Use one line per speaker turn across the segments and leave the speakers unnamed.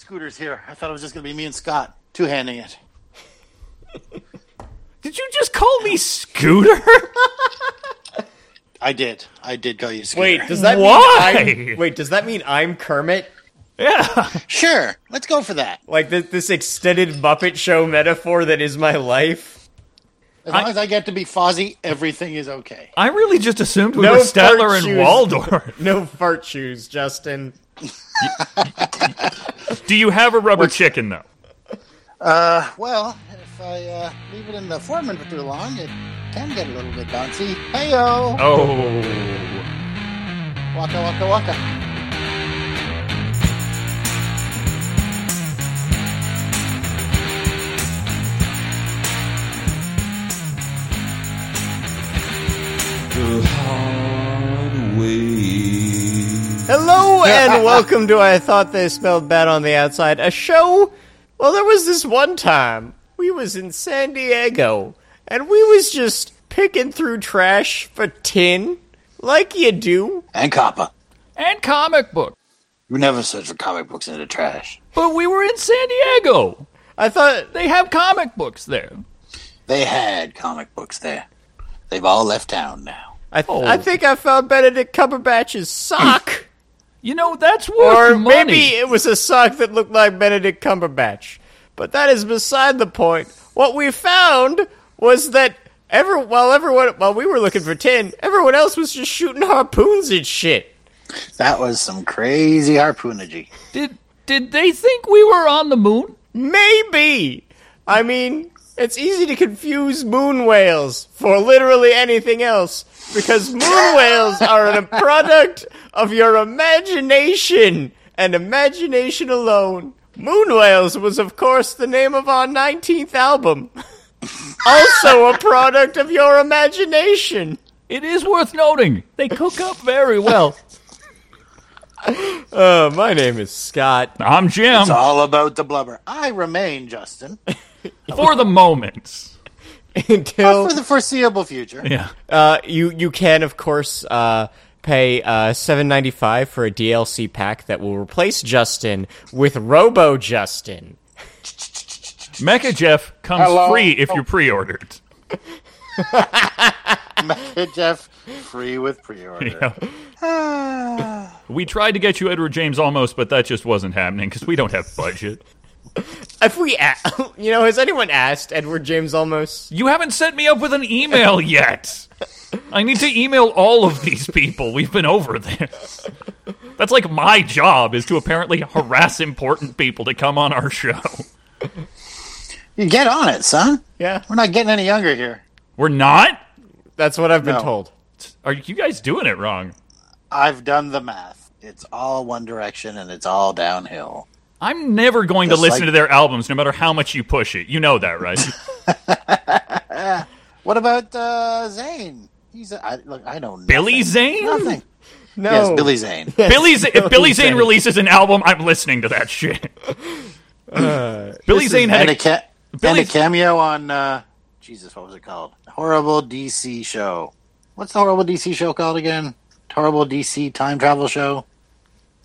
Scooter's here. I thought it was just going to be me and Scott two handing it.
Did you just call me Scooter?
I did. I did call you Scooter.
Wait, does that mean
Why?
I'm, wait, does that mean I'm Kermit?
yeah.
sure. Let's go for that.
Like this, this extended Muppet show metaphor that is my life?
As
I-
long as I get to be Fozzie, everything is okay.
I really just assumed we
No
were Statler
fart
and
shoes.
Waldorf.
No fart shoes, Justin.
Do you have a rubber chicken though?
Uh, well, if I uh, leave it in the foreman for too long, it can get a little bit bouncy. Heyo,
Oh.
waka waka waka.
The hard way.
Hello and welcome to I Thought They Spelled Bad on the Outside, a show. Well, there was this one time we was in San Diego and we was just picking through trash for tin, like you do.
And Kappa,
And comic book.
you never search for comic books in the trash.
But we were in San Diego.
I thought
They have comic books there.
They had comic books there. They've all left town now.
I, th-
Oh.
I think I found Benedict Cumberbatch's sock.
You know that's worth
or
money.
maybe it was a sock that looked like Benedict Cumberbatch. But that is beside the point. What we found was that ever while everyone while we were looking for tin, everyone else was just shooting harpoons and shit.
That was some crazy harpoonergy.
did did they think we were on the moon?
Maybe. I mean, it's easy to confuse moon whales for literally anything else because moon whales are a product of your imagination and imagination alone. Moon Whales was, of course, the name of our 19th album. also a product of your imagination.
It is worth noting. They cook up very well.
Uh, my name is Scott.
I'm Jim
It's all about the blubber. I remain Justin
for the moment.
Until
for the foreseeable future.
Yeah.
Uh, you you can of course uh, pay uh, seven ninety five for a DLC pack that will replace Justin with Robo Justin.
Mecha Jeff comes
Hello.
free if you're pre-ordered.
Jeff, free with pre-order.
We tried to get you Edward James almost, but that just wasn't happening because we don't have budget.
If we, a- you know, has anyone asked Edward James almost?
You haven't sent me up with an email yet. I need to email all of these people. We've been over this. That's like my job is to apparently harass important people to come on our show.
You get on it, son.
Yeah,
We're not getting any younger here.
We're not?
that's what I've been
No.
told.
Are you guys doing it wrong?
I've done the math. It's all one direction and it's all downhill.
I'm never going to
Just
listen
like-
to their albums no matter how much you push it. You know that, right?
What about uh, Zane? He's a, I, look. I know
Billy
nothing.
Zane? Oh.
Nothing.
No,
Yes, Billy Zane.
Billy Z- if Billy
Billy
Zane
Zane.
releases an album, I'm listening to that shit. Billy Zane had
and
a,
a ca- and
Billy-
a cameo on uh, Jesus. What was it called? Horrible DC show. What's the horrible DC show called again? Horrible DC time travel show.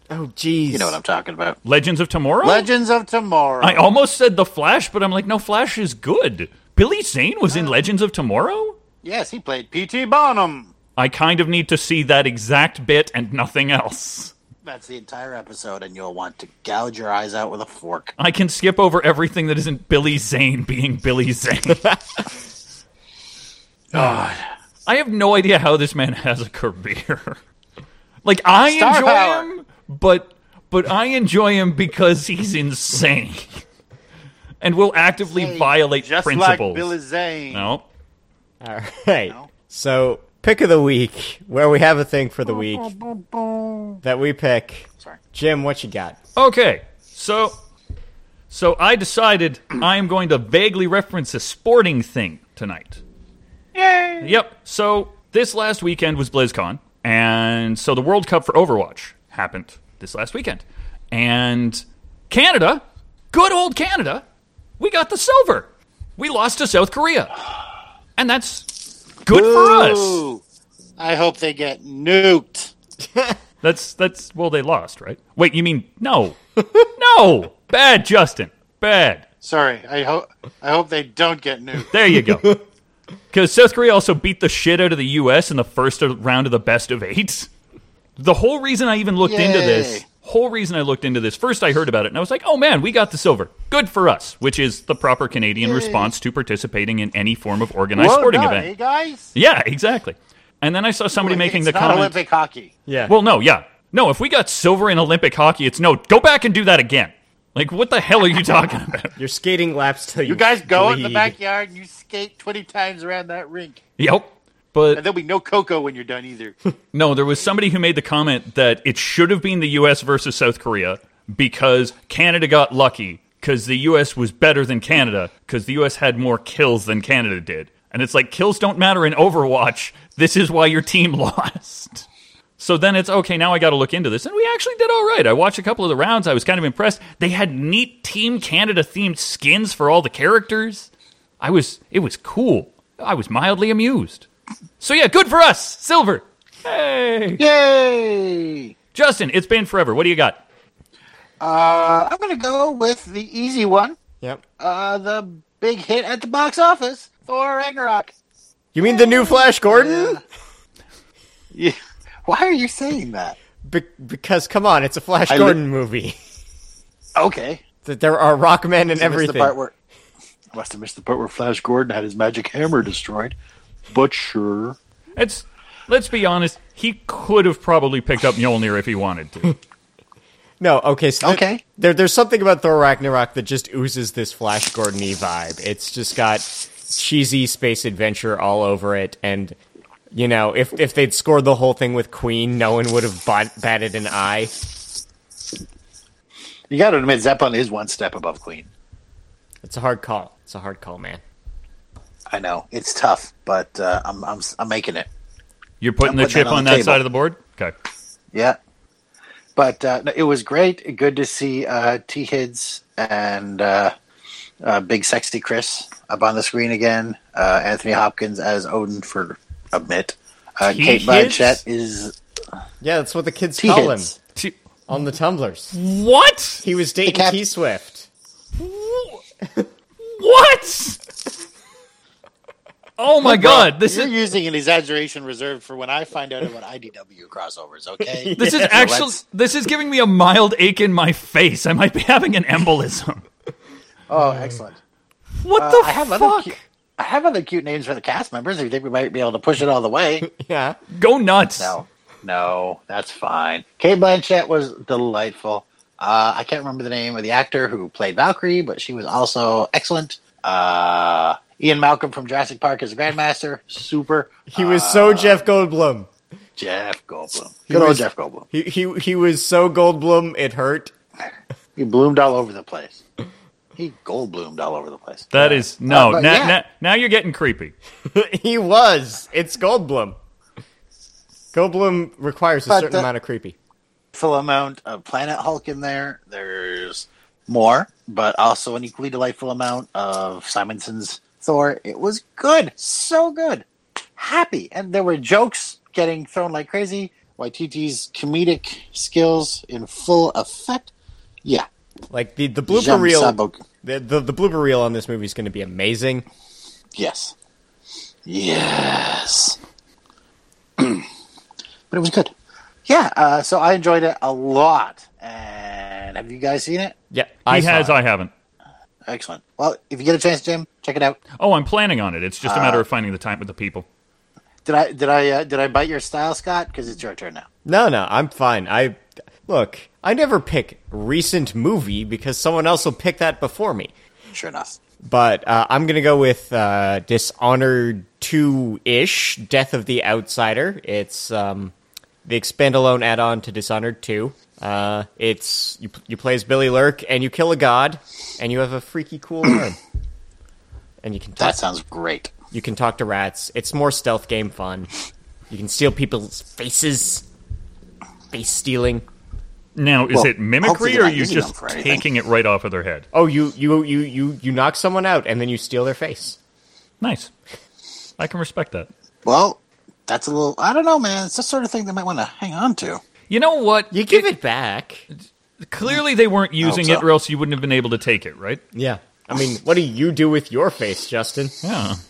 Oh, jeez.
You know what I'm talking about.
Legends of Tomorrow.
Legends of Tomorrow.
I almost said The Flash, but I'm like, no, Flash is good. Billy Zane was in Legends of Tomorrow?
yes, he played P.T. Bonham.
I kind of need to see that exact bit and nothing else.
That's the entire episode, and you'll want to gouge your eyes out with a fork.
I can skip over everything that isn't Billy Zane being Billy Zane. God. I have no idea how this man has a career. Like I
Star
enjoy
power.
him, but but I enjoy him because he's insane. And will actively violate
Just
principles.
like Billy Zane.
no.
All right. So, pick of the week, where we have a thing for the week that we pick.
Sorry.
Jim, what you got?
Okay, so so I decided I am going to vaguely reference a sporting thing tonight. Yay! Yep. So this last weekend was BlizzCon, and so the World Cup for Overwatch happened this last weekend, and Canada, good old Canada, we got the silver. We lost to South Korea, and that's good for us.
Ooh, I hope they get nuked.
That's that's well, they lost, right? Wait, you mean no? no, bad, Justin, bad.
Sorry. I hope I hope they don't get nuked.
There you go. Because South Korea also beat the shit out of the U.S. in the first round of the best of eight. The whole reason I even looked into this,
Yay.
whole reason I looked into this, first I heard about it and I was like, oh man, we got the silver. Good for us, which is the proper Canadian response to participating in any form of organized
Well
sporting
done,
event.
eh, guys.
Yeah, exactly. And then I saw somebody making
it's
the
not
comment.
Olympic hockey.
Yeah.
Well, no, yeah. No, if we got silver in Olympic hockey, it's no, go back and do that again. Like, what the hell are you talking about?
You're skating laps till you.
You guys go in the
bleed.
backyard and you skate twenty times around that rink,
yep. But
and there'll be no cocoa when you're done either.
No, there was somebody who made the comment that it should have been the U.S. versus South Korea because Canada got lucky because the U.S. was better than Canada because the U.S. had more kills than Canada did. And it's like, kills don't matter in Overwatch. This is why your team lost. So then it's okay, now I got to look into this. And we actually did all right. I watched a couple of the rounds. I was kind of impressed. They had neat Team Canada themed skins for all the characters. I was, it was cool. I was mildly amused. So yeah, good for us. Silver. Hey.
Yay!
Justin, it's been forever. What do you got?
Uh, I'm gonna go with the easy one.
Yep.
Uh, the big hit at the box office, Thor Ragnarok.
You mean the new Flash Gordon?
Yeah. Why are you saying that?
Be- because come on, it's a Flash
I li-
Gordon movie.
Okay.
That there are Rockmen and
I missed
everything.
The part where, I must have missed the part where Flash Gordon had his magic hammer destroyed. But sure.
It's let's be honest, he could have probably picked up Mjolnir if he wanted to.
No, okay. So th-
Okay.
there, there's something about Thor Ragnarok that just oozes this Flash Gordon-y vibe. It's just got cheesy space adventure all over it, and you know, if if they'd scored the whole thing with Queen, no one would have bot- batted an eye.
You got to admit, Zeppelin is one step above Queen.
It's a hard call. It's a hard call, man.
I know it's tough, but uh, I'm, I'm I'm making it.
You're putting
I'm
the
putting
chip
that on
on
the
that
table.
side of the board? Okay.
Yeah. But uh, no, it was great. Good to see uh, T Hids and uh, uh, Big Sexy Chris up on the screen again. Uh, Anthony Hopkins as Odin for a bit. Uh, Kate
T-Hids?
Blanchett is
Yeah, that's what the kids
T
call him
Hids.
T-
on the tumblers.
what?
He was dating
Cap-
T Swift.
What? Oh my god, this
You're
is
using an exaggeration reserved for when I find out about IDW crossovers. Okay,
this is
So
actually
let's-
this is giving me a mild ache in my face. I might be having an embolism.
oh, excellent.
What
Uh,
the
I have other.
fuck?
Cu- I have other cute names for the cast members. If you think we might be able to push it all the way,
Yeah.
Go nuts.
No, no, that's fine. Kate Blanchett was delightful. Uh, I can't remember the name of the actor who played Valkyrie, but she was also excellent. Uh, Ian Malcolm from Jurassic Park is Grandmaster. Super. Uh,
He was so Jeff Goldblum.
Jeff Goldblum.
He
Good old
was-
Jeff Goldblum.
He he he was so Goldblum it hurt.
He bloomed all over the place. He gold bloomed all over the place.
That is no.
Uh, but
now,
yeah.
now, now you're getting creepy.
he was. It's Goldblum. Goldblum requires a
But
certain
the-
amount of creepy.
full amount of Planet Hulk in there. There's more, but also an equally delightful amount of Simonson's Thor. It was good, so good, happy, and there were jokes getting thrown like crazy. Waititi's comedic skills in full effect. Yeah,
Like the the blooper
Jean
reel,
Sabo-
the, the the blooper reel on this movie is going to be amazing.
Yes, yes, but it was good. Yeah, uh, so I enjoyed it a lot. And have you guys seen it?
Yeah,
He
I saw
has.
it.
I haven't.
Excellent. Well, if you get a chance, Jim, check it out.
Oh, I'm planning on it. It's just a matter
Uh,
of finding the time with the people.
Did I did I uh, did I bite your style, Scott? Because it's your turn now.
No, no, I'm fine. I look. I never pick recent movie because someone else will pick that before me.
Sure enough.
But uh, I'm gonna go with uh, Dishonored two ish, Death of the Outsider. It's um, the expandalone add on to Dishonored two. Uh, it's you, you play as Billy Lurk and you kill a god and you have a freaky cool arm. And you can
That
talk,
sounds great.
you can talk to rats. It's more stealth game fun. You can steal people's faces. Face stealing.
Now, is
Well,
it mimicry
hopefully
or
they're
are
not
you
using
just
them for anything.
taking it right off of their head?
Oh, you you you you you knock someone out and then you steal their face.
Nice. I can respect that.
Well, that's a little. I don't know, man. It's the sort of thing they might want to hang on to.
You know what?
You give it back.
Clearly, they weren't using
so.
it, or else you wouldn't have been able to take it, right?
Yeah. I mean, what do you do with your face, Justin?
Yeah.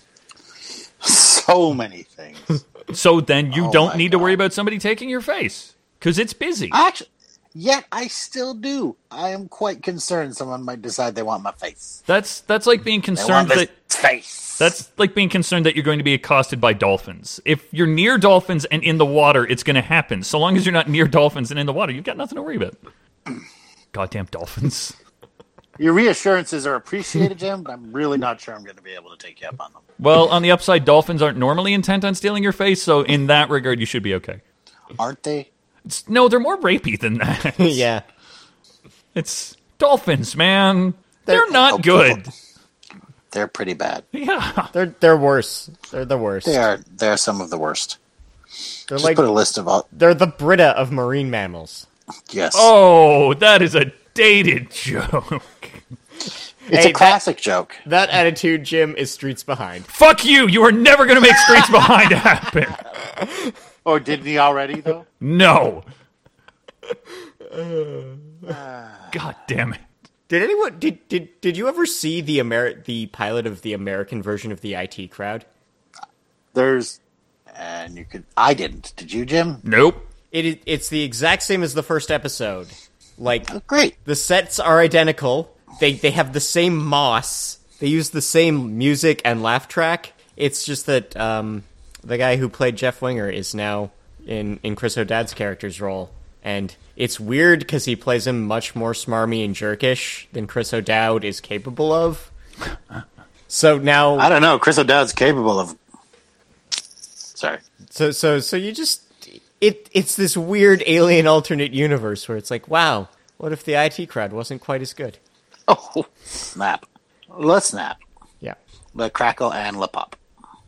So many things.
So then you
Oh
don't
my
need to worry
God.
about somebody taking your face because it's busy.
Actually, yet I still do. I am quite concerned someone might decide they want my face.
That's that's like being
They want
concerned
this
that
face.
that's like being concerned that you're going to be accosted by dolphins. If you're near dolphins and in the water, it's going to happen. So long as you're not near dolphins and in the water, you've got nothing to worry about. Goddamn dolphins.
Your reassurances are appreciated, Jim, but I'm really not sure I'm going to be able to take you up on them.
Well, on the upside, dolphins aren't normally intent on stealing your face, so in that regard, you should be okay.
Aren't they?
It's, no, they're more rapey than that.
yeah.
It's dolphins, man. They're,
They're-
not good.
They're pretty bad.
Yeah.
They're they're worse. They're the worst.
They are. They are some of the worst.
They're
Just
like
put a list of all.
they're the Brita of marine mammals.
Yes,
Oh, that is a dated joke.
it's
hey,
a classic joke.
That attitude, Jim, is streets behind.
Fuck you. You are never going to make Streets Behind happen.
Or Oh, didn't he already though?
No. God damn it.
Did anyone did did did you ever see the Ameri- the pilot of the American version of the IT crowd?
There's, and you could. I didn't. Did you, Jim?
Nope.
It is it's the exact same as the first episode. Like
Oh, great.
the sets are identical. They they have the same moss. They use the same music and laugh track. It's just that um, the guy who played Jeff Winger is now in in Chris O'Dad's character's role, and it's weird because he plays him much more smarmy and jerkish than Chris O'Dowd is capable of. So
I
now,
don't know. Chris O'Dowd's capable of. Sorry.
so so so you just it it's this weird alien alternate universe where it's like, wow, what if the IT crowd wasn't quite as good?
Oh, snap. Let's snap.
Yeah.
The crackle and le pop.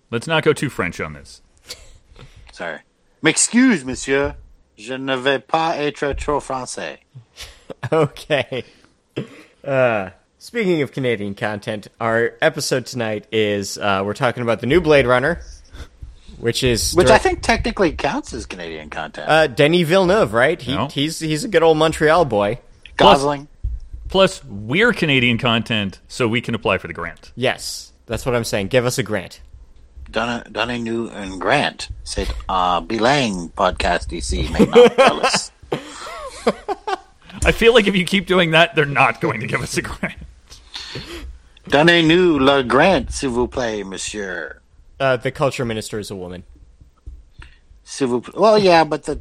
Let's not go too French on this.
Sorry. M'excuse, monsieur. Je ne vais pas être trop français.
Okay. Uh, speaking of Canadian content, our episode tonight is uh, we're talking about the new Blade Runner, which is
Which I
direct-
think technically counts as Canadian content.
uh, Denis Villeneuve, right? He,
No.
He's he's a good old Montreal boy.
Gosling.
Plus, we're Canadian content, so we can apply for the grant.
Yes, that's what I'm saying. Give us a grant.
Donna, Donna New and Grant said, uh, Belang podcast DC may not tell us.
I feel like if you keep doing that, they're not going to give us a grant.
Donna New Le Grant, s'il vous plaît, monsieur.
Uh, the culture minister is a woman.
S'il vous plaît. Well, yeah, but the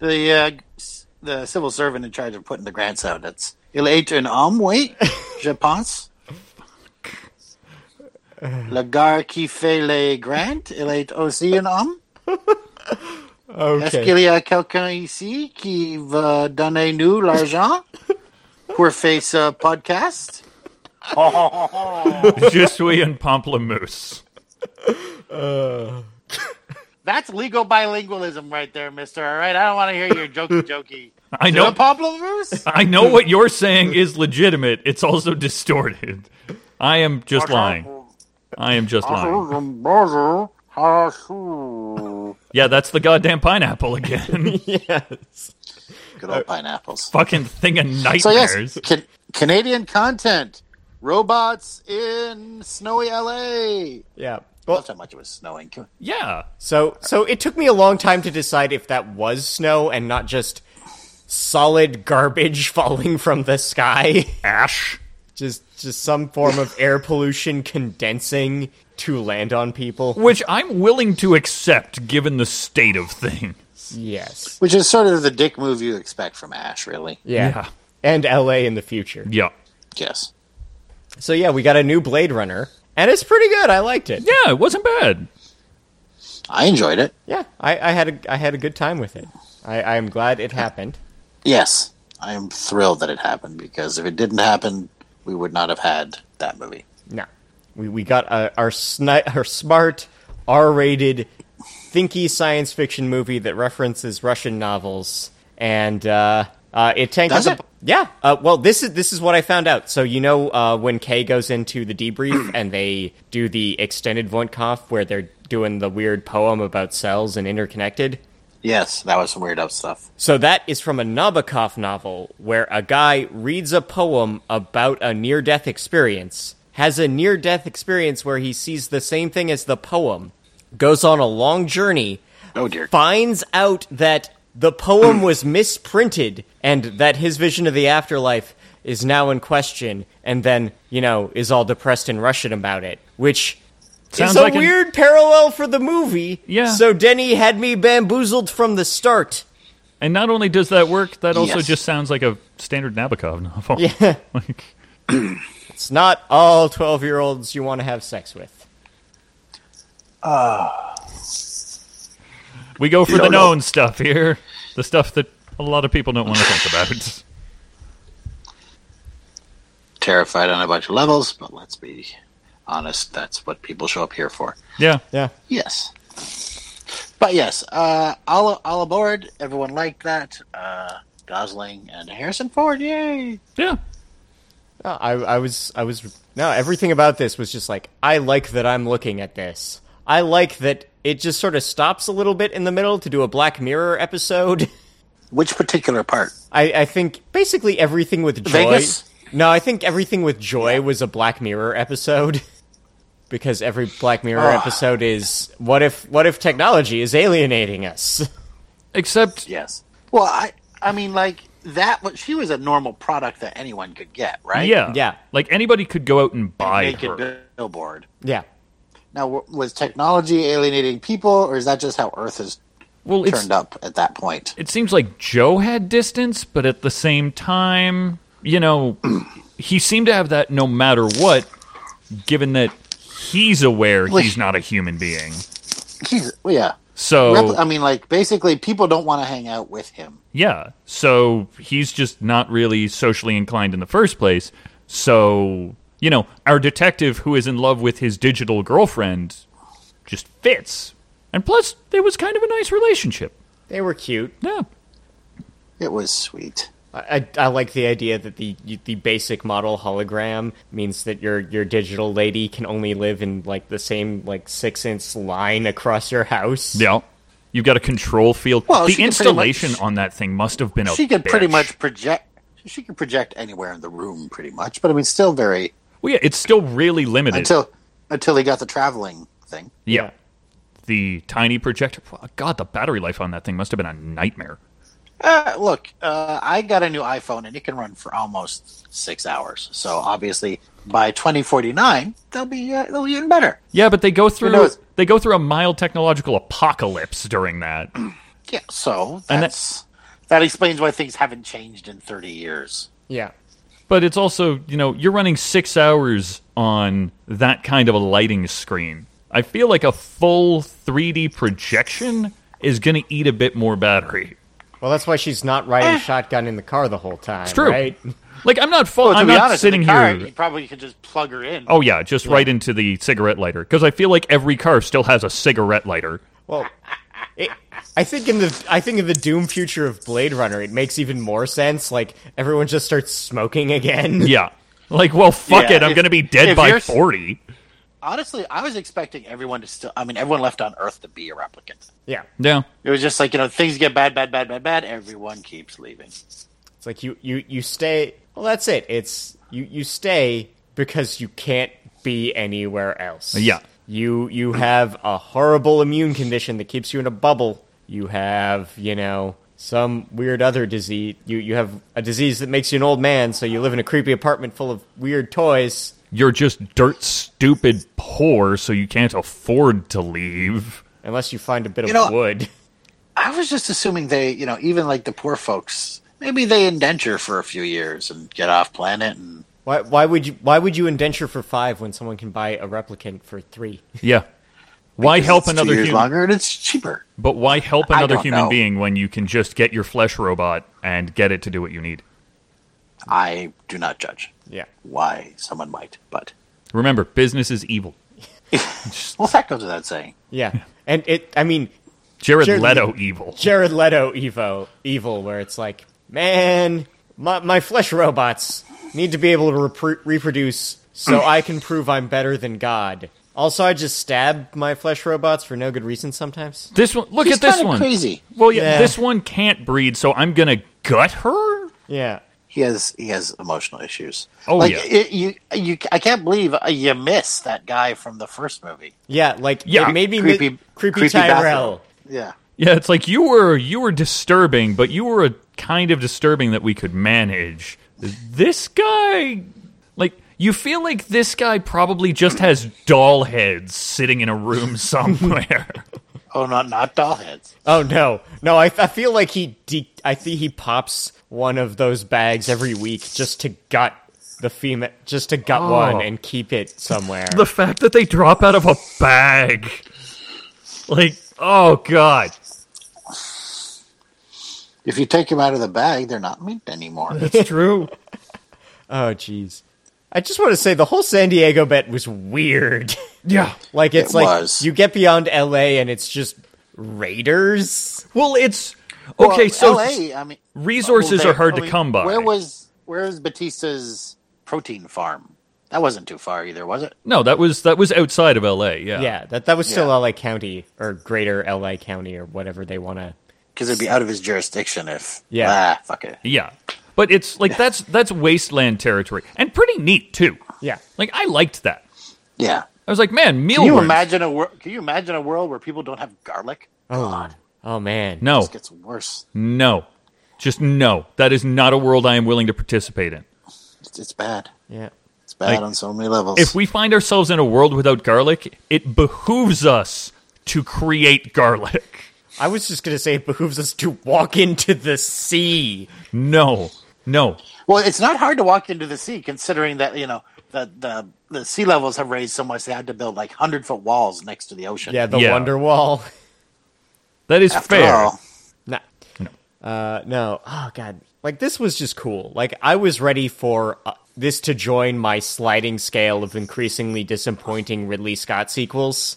the uh, s- the civil servant in charge of putting the grants out, it's il est un homme, oui, je pense. Le gars qui fait les grants, il est aussi un homme. Est-ce
Okay.
qu'il y a quelqu'un ici qui va donner nous l'argent pour faire ce podcast?
Je suis un pamplemousse.
That's legal bilingualism right there, mister. All right, I don't want to hear your jokey jokey.
I
No
know.
Pamplemousse?
I know what you're saying is legitimate. It's also distorted. I am just lying. I am just lying. Yeah, that's the goddamn pineapple again.
yes.
Good old pineapples.
Fucking thing of
So
nightmares.
yes, can- Canadian content. Robots in snowy LA.
Yeah.
That's how
Well,
much it was snowing. Can-
Yeah.
so so it took me a long time to decide if that was snow and not just solid garbage falling from the sky.
Ash.
just just some form of air pollution condensing to land on people.
Which I'm willing to accept given the state of things.
Yes.
Which is sort of the dick move you expect from Ash, really.
Yeah.
Yeah.
And LA in the future.
Yeah.
Yes.
So yeah, we got a new Blade Runner, and it's pretty good. I liked it.
Yeah, it wasn't bad.
I enjoyed it.
Yeah, I, I had a I had a good time with it. I, I'm glad it happened.
Yes. I am thrilled that it happened because if it didn't happen, we would not have had that movie.
No, we we got uh, our sni- our smart R-rated thinky science fiction movie that references Russian novels, and uh, uh, it tanks.
Does
the-
it?
Yeah. Uh, well, this is this is what I found out. So you know uh, when Kay goes into the debrief and they do the extended Voinkopf where they're doing the weird poem about cells and interconnected.
Yes, that was some weird up stuff.
So that is from a Nabokov novel where a guy reads a poem about a near death experience, has a near death experience where he sees the same thing as the poem, goes on a long journey,
Oh dear.
finds out that the poem was misprinted and that his vision of the afterlife is now in question, and then, you know, is all depressed and Russian about it, which
Sounds
it's a
like an-
weird parallel for the movie.
Yeah.
So Denny had me bamboozled from the start.
And not only does that work, that also
Yes.
just sounds like a standard Nabokov novel.
Yeah.
Like,
It's not all 12 year olds you want to have sex with.
we go for
No,
the
no.
known stuff here, the stuff that a lot of people don't want to think about.
Terrified on a bunch of levels, but let's be honest, that's what people show up here for.
Yeah.
Yeah.
Yes. But yes, uh, all, all aboard. Everyone liked that. Uh, Gosling and Harrison Ford, yay!
Yeah.
No, I, I was, I was, no, everything about this was just like, I like that I'm looking at this. I like that it just sort of stops a little bit in the middle to do a Black Mirror episode.
Which particular part?
I, I think basically everything with joy.
Vegas?
No, I think everything with joy was a Black Mirror episode because every Black Mirror
Ah.
episode is what if what if technology is alienating us?
Except
Yes. Well, I I mean, like that. What she was a normal product that anyone could get, right?
yeah.
Yeah.
Like anybody could go out and buy her.
Naked billboard.
yeah.
Now, w- was technology alienating people, or is that just how Earth is
well, it's,
turned up at that point?
it seems like Joe had distance, but at the same time, you know, he seemed to have that no matter what, given that he's aware
Well,
he's
he-
not a human being.
He's, well, yeah.
So
Repli- I mean, like basically, people don't want to hang out with him.
Yeah. So he's just not really socially inclined in the first place. So, you know, our detective who is in love with his digital girlfriend just fits. And plus, it was kind of a nice relationship.
They were cute.
Yeah.
It was sweet.
I, I I like the idea that the the basic model hologram means that your your digital lady can only live in like the same like six inch line across your house.
Yeah. You've got a control field.
Well, she
the
could pretty
installation
much-
on that thing must have been a
she could pretty
bitch.
much project. She could project anywhere in the room, pretty much. But I mean, still very
Well, yeah, it's still really limited.
until until he got the traveling thing.
yeah. The tiny projector. God, the battery life on that thing must have been a nightmare.
Uh, look, uh, I got a new iPhone and it can run for almost six hours. So obviously, by 2049, they'll be uh, they'll be even better.
Yeah, but they go through
knows?
they go through a mild technological apocalypse during that.
Yeah. So
And
that's that explains why things haven't changed in 30 years.
Yeah.
But it's also, you know, you're running six hours on that kind of a lighting screen. I feel like a full 3D projection is going to eat a bit more battery.
Well, that's why she's not riding shotgun in the car the whole time. It's
true.
Right?
Like I'm not full.
Well, to
I'm
be
not
honest,
sitting
in the car,
here.
you probably could just plug her in.
Oh yeah, just right into the cigarette lighter because I feel like every car still has a cigarette lighter.
Well, it, I think in the I think in the doom future of Blade Runner, it makes even more sense. Like everyone just starts smoking again.
Yeah. Like, well, fuck
Yeah,
it. I'm
if-
going to be dead
if
by
you're s-
40.
Honestly, I was expecting everyone to still. I mean, everyone left on Earth to be a replicant.
Yeah.
Yeah.
It was just like you know, things get bad, bad, bad, bad, bad. Everyone keeps leaving.
It's like you you you stay. Well, that's it. It's you you stay because you can't be anywhere else.
Yeah.
You you have a horrible immune condition that keeps you in a bubble. You have, you know, some weird other disease. You you have a disease that makes you an old man, so you live in a creepy apartment full of weird toys.
You're just dirt stupid poor, so you can't afford to leave.
Unless you find a bit
You
of
know-
wood.
I was just assuming they, you know, even like the poor folks, maybe they indenture for a few years and get off planet and
Why, why would you why would you indenture for five when someone can buy a replicant for three?
Yeah. Why help
it's
another
two years
human?
longer and it's cheaper.
But why help
I
another
don't
human
know.
being when you can just get your flesh robot and get it to do what you need?
I do not judge
Yeah.
why someone might, but
Remember, business is evil.
well, that goes without saying.
Yeah. And it I mean,
Jared,
Jared
Leto
Leto.
evil.
Jared Leto Evo evil where it's like, man, my my flesh robots need to be able to repro reproduce so I can prove I'm better than God. Also, I just stab my flesh robots for no good reason sometimes.
This one, look
She's
at this
kinda
one.
crazy.
Well, yeah,
Yeah.
this one can't breed, so I'm gonna gut her.
Yeah.
He has he has emotional issues.
Oh,
like,
yeah.
it- you you I can't believe uh, you missed that guy from the first movie.
Yeah, like
Yeah.
it made me
Creepy-
mi- creepy,
creepy bathroom.
Tyrell.
Yeah,
Yeah, it's like you were you were disturbing, but you were a kind of disturbing that we could manage. This guy, like you feel like this guy probably just has doll heads sitting in a room somewhere.
oh not not doll heads.
Oh no, no! I, I feel like he de- I think he pops one of those bags every week just to gut the female, just to gut
Oh.
one and keep it somewhere.
the fact that they drop out of a bag, like oh god,
If you take him out of the bag, they're not meat anymore.
that's true.
oh jeez, I just want to say the whole San Diego bet was weird.
Yeah.
like it's
It
like
was.
you get beyond L.A. and it's just Raiders.
Well, it's
Well,
okay. so
LA, I mean,
resources
well,
are hard
I
to
mean,
come by.
Where was where was Batista's protein farm? That wasn't too far either, was it?
no, that was that was outside of L.A. Yeah.
Yeah, that that was still
Yeah.
L.A. County or Greater L.A. County or whatever they want to.
Because it'd be out of his jurisdiction if
Yeah.
Ah, fuck it.
Yeah. But it's like that's that's wasteland territory and pretty neat too.
Yeah,
Like I liked that.
Yeah.
I was like, man,
Can you
mealworms.
imagine a world? Can you imagine a world where people don't have garlic?
oh, oh man,
no,
This gets worse.
no, just no. That is not a world I am willing to participate in.
It's, it's bad.
yeah.
It's bad
Like,
on so many levels.
If we find ourselves in a world without garlic, it behooves us to create garlic.
I was just gonna say it behooves us to walk into the sea.
No, no.
well, it's not hard to walk into the sea, considering that you know the the, the sea levels have raised so much they had to build like hundred foot walls next to the ocean. Oh.
Yeah, the
Yeah.
Wonder Wall.
That is
After
fair.
all.
nah. Uh, no. Oh god. Like this was just cool. Like I was ready for uh, this to join my sliding scale of increasingly disappointing Ridley Scott sequels.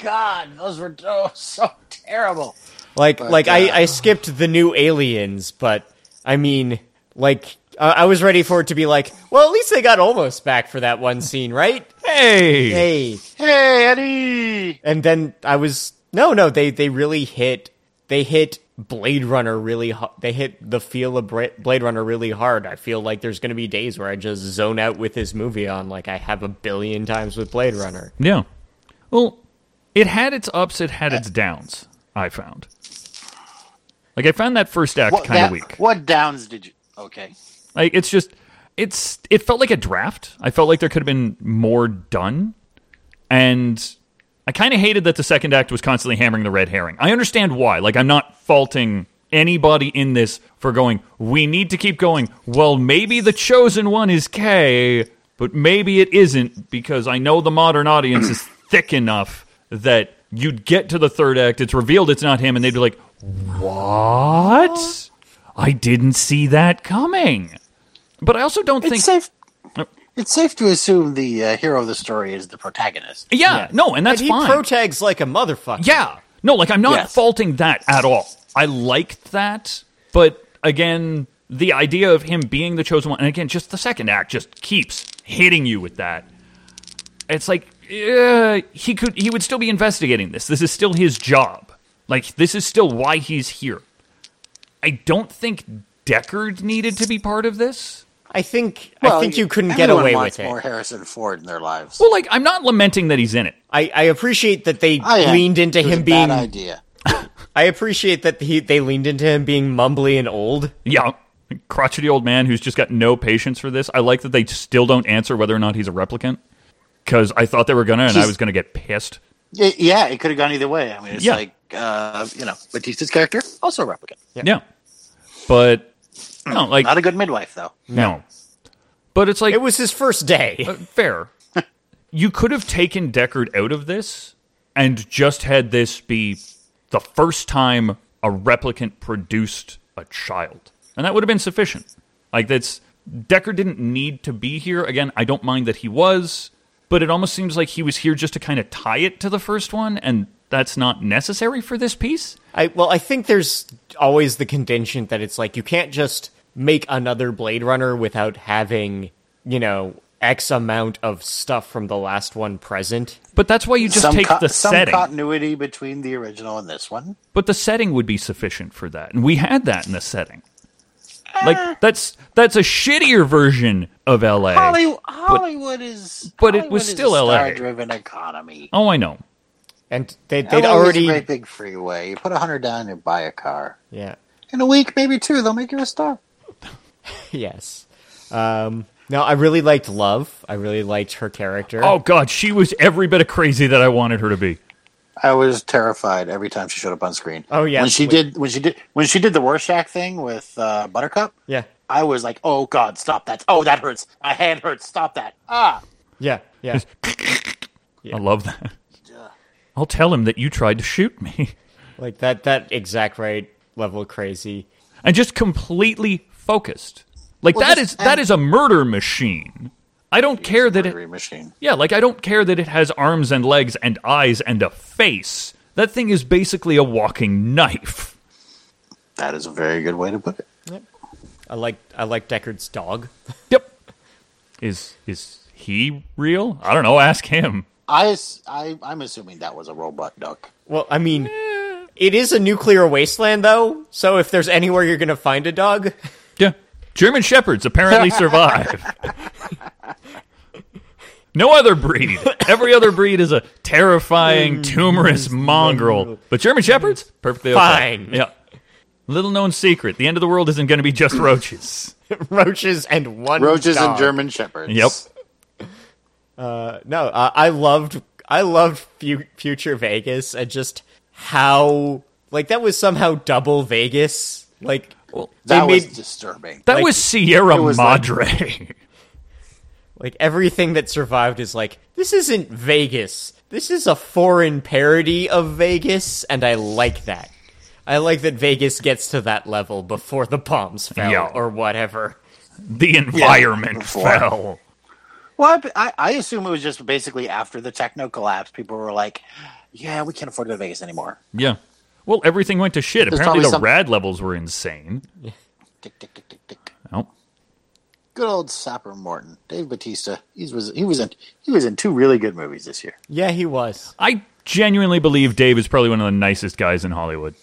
God, those were oh, so terrible.
Like like
uh,
I I skipped the new Aliens, but I mean like I I was ready for it to be like, well, at least they got almost back for that one scene, right?
Hey,
Hey,
Hey, Eddie.
and then I was no, no. They they really hit. They hit Blade Runner really. Ho- they hit the feel of Bra- Blade Runner really hard. I feel like there's going to be days where I just zone out with this movie on like I have a billion times with Blade Runner.
yeah. Well, it had its ups, it had its downs. I found. Like I found that first act
What,
kind of
that-
weak.
what downs did you? Okay.
Like it's just it's it felt like a draft. I felt like there could have been more done. And I kind of hated that the second act was constantly hammering the red herring. I understand why. Like I'm not faulting anybody in this for going, "We need to keep going." Well, maybe the chosen one is K, but maybe it isn't because I know the modern audience is thick enough that you'd get to the third act, it's revealed it's not him and they'd be like, "What?" I didn't see that coming. But I also don't think.
It's safe. It's safe to assume the uh, hero of the story is the protagonist.
yeah, no, and that's
and he
fine.
protags like a motherfucker.
yeah, no, like I'm not
Yes.
faulting that at all. I liked that, but again, the idea of him being the chosen one, and again, just the second act just keeps hitting you with that. It's like uh, he could, he would still be investigating this. This is still his job. Like this is still why he's here. I don't think Deckard needed to be part of this.
I think I
Well,
think you couldn't get
everyone
away
wants
with it.
More Harrison Ford in their lives.
Well, like I'm not lamenting that he's in it.
I, I appreciate that they
I am.
leaned into
It was
him
a
being.
bad idea.
I appreciate that he they leaned into him being mumbly and old.
Yeah, crotchety old man who's just got no patience for this. I like that they still don't answer whether or not he's a replicant because I thought they were gonna, and I
He's-
was gonna get pissed.
Y- yeah, it could have gone either way. I mean, it's
Yeah.
like uh, you know, Batista's character also a replicant.
Yeah, but no, like
Not a good midwife though.
no, but it's like
It was his first day.
uh, fair. you could have taken Deckard out of this and just had this be the first time a replicant produced a child, and that would have been sufficient. Like that's Deckard didn't need to be here. Again, I don't mind that he was, but it almost seems like he was here just to kind of tie it to the first one, and that's not necessary for this piece.
I well, I think there's always the contingent that it's like you can't just make another Blade Runner without having you know X amount of stuff from the last one present.
But that's why you just
some
take
co-
the
some
setting.
continuity between the original and this one.
But the setting would be sufficient for that, and we had that in the setting.
Eh.
Like that's that's a shittier version of LA.
Hollywood, Hollywood is,
but it
Hollywood
was
is
still
a
LA.
star-driven economy.
Oh, I know.
And they,
They'd
they'd already.
a great big freeway. You put a hundred down, you buy a car.
Yeah.
In a week, maybe two, they'll make you a star.
Yes. Um, no, I really liked Love. I really liked her character.
Oh god, she was every bit of crazy that I wanted her to be.
I was terrified every time she showed up on screen.
Oh, yeah.
when she
Wait.
did when she did when she did the Rorschach thing with uh, Buttercup.
Yeah.
I was like, oh god, stop that! Oh, that hurts. My hand hurts. Stop that! Ah,
Yeah. Yeah.
I love that. I'll tell him that you tried to shoot me.
like that, that exact right level of crazy.
And just completely focused. Like
Well,
that
just-
is that
and-
is a murder machine. I don't care that it
Murdery machine.
Yeah, like I don't care that it has arms and legs and eyes and a face. That thing is basically a walking knife.
That is a very good way to put it.
I like I like Deckard's dog.
Yep. Is is he real? I don't know, ask him.
I, ass- I I'm assuming that was a robot duck.
Well, I mean, it is a nuclear wasteland though. So if there's anywhere you're gonna find a dog,
Yeah. German shepherds apparently survive. no other breed. Every other breed is a terrifying, tumorous mongrel. But German shepherds? Perfectly okay.
Fine.
Yeah. Little known secret. The end of the world isn't going to be just roaches.
roaches and one
Roaches
dog.
and German shepherds.
Yep.
No, uh, I loved I loved Fu- Future Vegas and just how like that was somehow double Vegas. Like
That
They
was
made-
disturbing.
That
Like,
was Sierra
it was like-
Madre.
like everything that survived is like this isn't Vegas. This is a foreign parody of Vegas, and I like that. I like that Vegas gets to that level before the bombs fell
Yeah.
or whatever.
the environment
before.
fell.
Well, I, I assume it was just basically after the techno collapse, people were like, "Yeah, we can't afford to go to Vegas anymore."
Yeah. Well, everything went to shit.
There's
Apparently,
probably
the
some-
rad levels were insane.
Tick, tick, tick, tick, tick.
Oh,
Good old Sapper Morton, Dave Batista. He was he was in he was in two really good movies this year.
Yeah, he was.
I genuinely believe Dave is probably one of the nicest guys in Hollywood.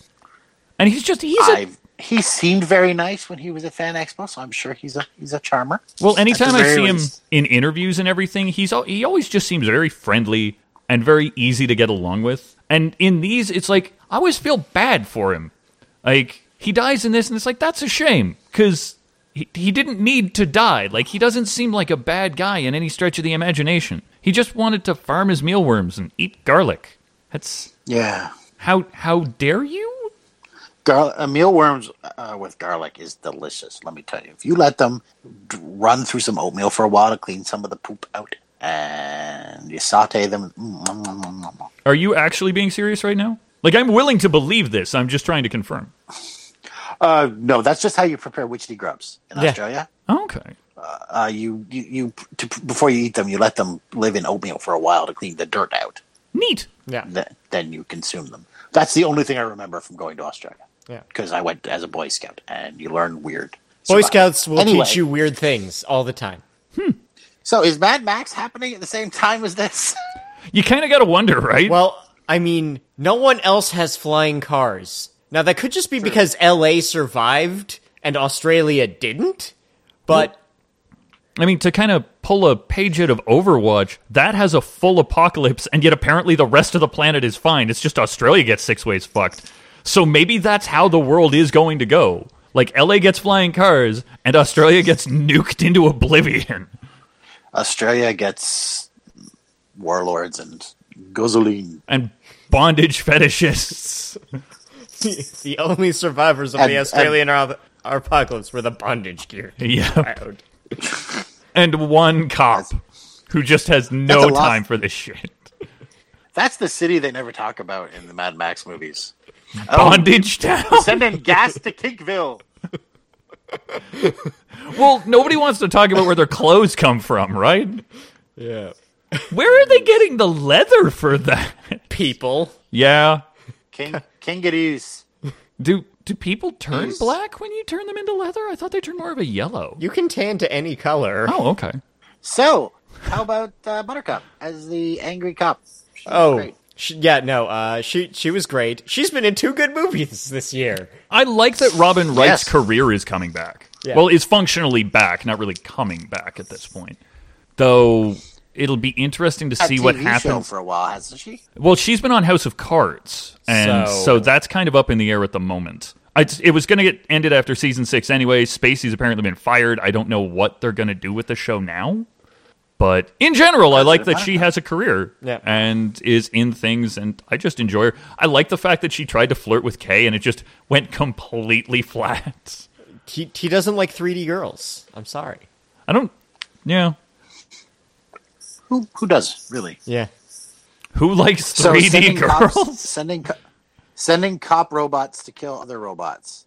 And he's just, he's a.
I he seemed very nice when he was at Fan Expo, so I'm sure he's a he's a charmer.
Well, anytime I
very
see him
least.
in interviews and everything, he's al- he always just seems very friendly and very easy to get along with. And in these, it's like I always feel bad for him. Like he dies in this, and it's like that's a shame because he, he didn't need to die. Like he doesn't seem like a bad guy in any stretch of the imagination. He just wanted to farm his mealworms and eat garlic. That's
Yeah,
how how dare you?
Gar- uh, mealworms uh, with garlic is delicious. Let me tell you, if you let them d- run through some oatmeal for a while to clean some of the poop out, and you saute them. mm, mm, mm, mm, mm, mm.
Are you actually being serious right now? Like I'm willing to believe this. I'm just trying to confirm.
Uh, no, that's just how you prepare witchetty grubs in
Yeah.
Australia.
Okay.
Uh, you, you, you to, before you eat them, you let them live in oatmeal for a while to clean the dirt out.
Neat.
Yeah,
Th- then you consume them. That's the only thing I remember from going to Australia
yeah.
because I went as a Boy Scout, and you learn weird.
Boy
survival.
Scouts will
Anyway,
teach you weird things all the time.
So is Mad Max happening at the same time as this?
You kind of got to wonder, right?
Well, I mean, no one else has flying cars. Now that could just be because LA survived and Australia didn't, but
I mean, to kind of pull a page out of Overwatch, that has a full apocalypse, and yet apparently the rest of the planet is fine. It's just Australia gets six ways fucked. So maybe that's how the world is going to go. Like, LA gets flying cars, and Australia gets nuked into oblivion.
Australia gets warlords and gasoline.
And bondage fetishists.
the only survivors of
And-
the Australian ar- apocalypse were the bondage gear.
Yeah. And one cop who just has
that's
no
a lot.
time for this shit.
That's the city they never talk about in the Mad Max movies.
Bondage town.
Send in gas to Kinkville.
Well, nobody wants to talk about where their clothes come from, right?
Yeah.
Where are they getting the leather for that?
People.
Yeah.
King Kingadees.
Do do people turn black when you turn them into leather? I thought they turned more of a yellow.
You can tan to any color.
Oh, okay.
So, how about uh, Buttercup as the angry cop? She's
Oh,
great.
she, yeah, no. Uh, she she was great. She's been in two good movies this year.
I like that Robin Wright's
Yes.
career is coming back.
Yeah.
Well, it's functionally back, not really coming back at this point. Though it'll be interesting to
Had
see what
TV show
happens.
for a while, hasn't she?
Well, she's been on House of Cards, and
So-
so, that's kind of up in the air at the moment. I, it was going to get ended after season six anyway. Spacey's apparently been fired. I don't know what they're going to do with the show now. But in general, I like that she has a career
Yeah.
and is in things, and I just enjoy her. I like the fact that she tried to flirt with Kay, and it just went completely flat.
He he doesn't like 3D girls. I'm sorry.
I don't. Yeah.
Who who does really?
Yeah.
Who likes
So
3D
sending
girls?
cops, sending co- sending cop robots to kill other robots.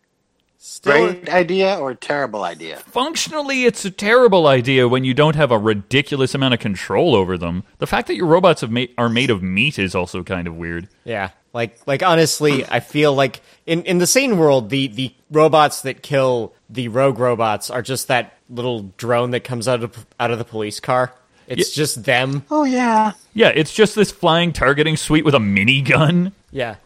Still,
Great idea or terrible idea?
Functionally, it's a terrible idea when you don't have a ridiculous amount of control over them. The fact that your robots have made, are made of meat is also kind of weird.
Yeah. Like like honestly, I feel like in in the sane world, the the robots that kill the rogue robots are just that little drone that comes out of out of the police car. It's just them.
Oh yeah.
Yeah, it's just this flying targeting suite with a minigun.
Yeah.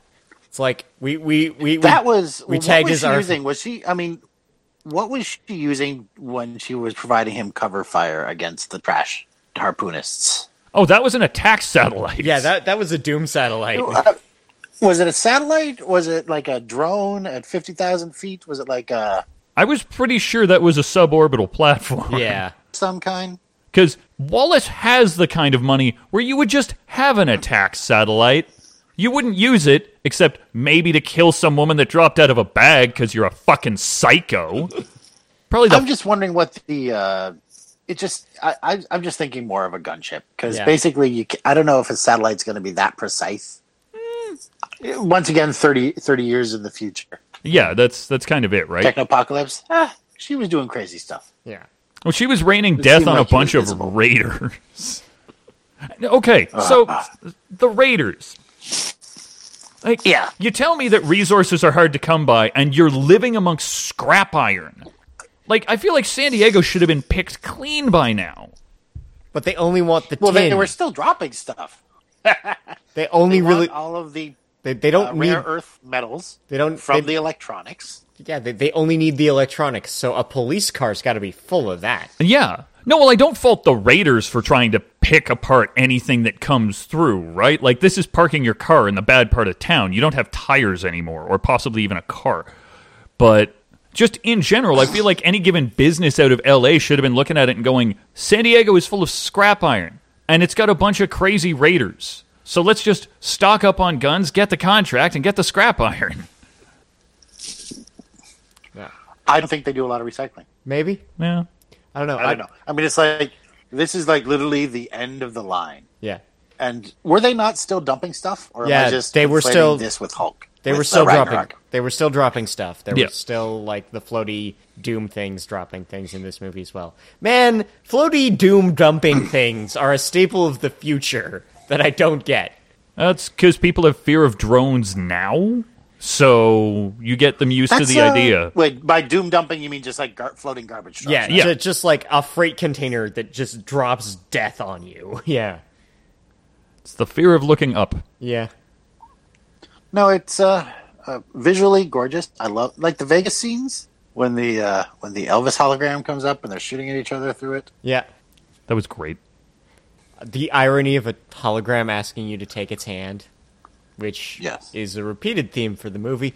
It's like we we we
That
we,
was
we
what
tagged
was
his
she
our
using? Was she? I mean, what was she using when she was providing him cover fire against the trash harpoonists?
Oh, that was an attack satellite.
yeah that that was a doom satellite.
Uh, was it a satellite? Was it like a drone at fifty thousand feet? Was it like uh, a
I was pretty sure that was a suborbital platform.
yeah.
some kind?
Because Wallace has the kind of money where you would just have an attack satellite. You wouldn't use it, except maybe to kill some woman that dropped out of a bag because you're a fucking psycho. Probably the
I'm just wondering what the. Uh, it just I, I I'm just thinking more of a gunship because
Yeah.
basically you ca I don't know if a satellite's going to be that precise.
Hmm.
Once again, 30, 30 years in the future,
Yeah, that's that's kind of it, right?
technopocalypse. Ah, she was doing crazy stuff.
Yeah.
Well, she was raining death
seemed
on a
like it
bunch
was
of
visible.
raiders. okay, so the raiders. Like,
Yeah.
You tell me that resources are hard to come by, and you're living amongst scrap iron. Like, I feel like San Diego should have been picked clean by now.
But they only want the
Well,
tin.
they, they were still dropping stuff.
They only
They
really
want all of the
they, they
uh,
don't need
rare earth metals
they don't
from
they,
the electronics.
yeah they, they only need the electronics. So a police car's got to be full of that.
Yeah. No, well, I don't fault the raiders for trying to pick apart anything that comes through, right? Like, this is parking your car in the bad part of town. You don't have tires anymore, or possibly even a car. But just in general, I feel like any given business out of LA should have been looking at it and going, San Diego is full of scrap iron, and it's got a bunch of crazy raiders. So let's just stock up on guns, get the contract, and get the scrap iron.
I don't think they do a lot of recycling.
Maybe
Yeah.
I don't know.
I don't know. I mean, it's like this is like literally the end of the line.
Yeah.
And were they not still dumping stuff? Or am
Yeah,
I just
they were
conflating
still-
this with Hulk.
They
With,
were
uh,
still
Ragnarok?
dropping. They were still dropping stuff. There
Yeah.
were still like the floaty doom things dropping things in this movie as well. Man, floaty doom dumping things are a staple of the future that I don't get.
That's because people have fear of drones now. So you get them used
That's,
to the
uh,
idea.
Wait, by doom dumping, you mean just like gar- floating garbage trucks?
Yeah,
right?
yeah.
ju- just like a freight container that just drops death on you. Yeah,
It's the fear of looking up.
yeah,
No, it's uh, uh, visually gorgeous. I love like the Vegas scenes when the uh, when the Elvis hologram comes up and they're shooting at each other through it.
yeah.
That was great.
The irony of a hologram asking you to take its hand, which
Yes.
is a repeated theme for the movie.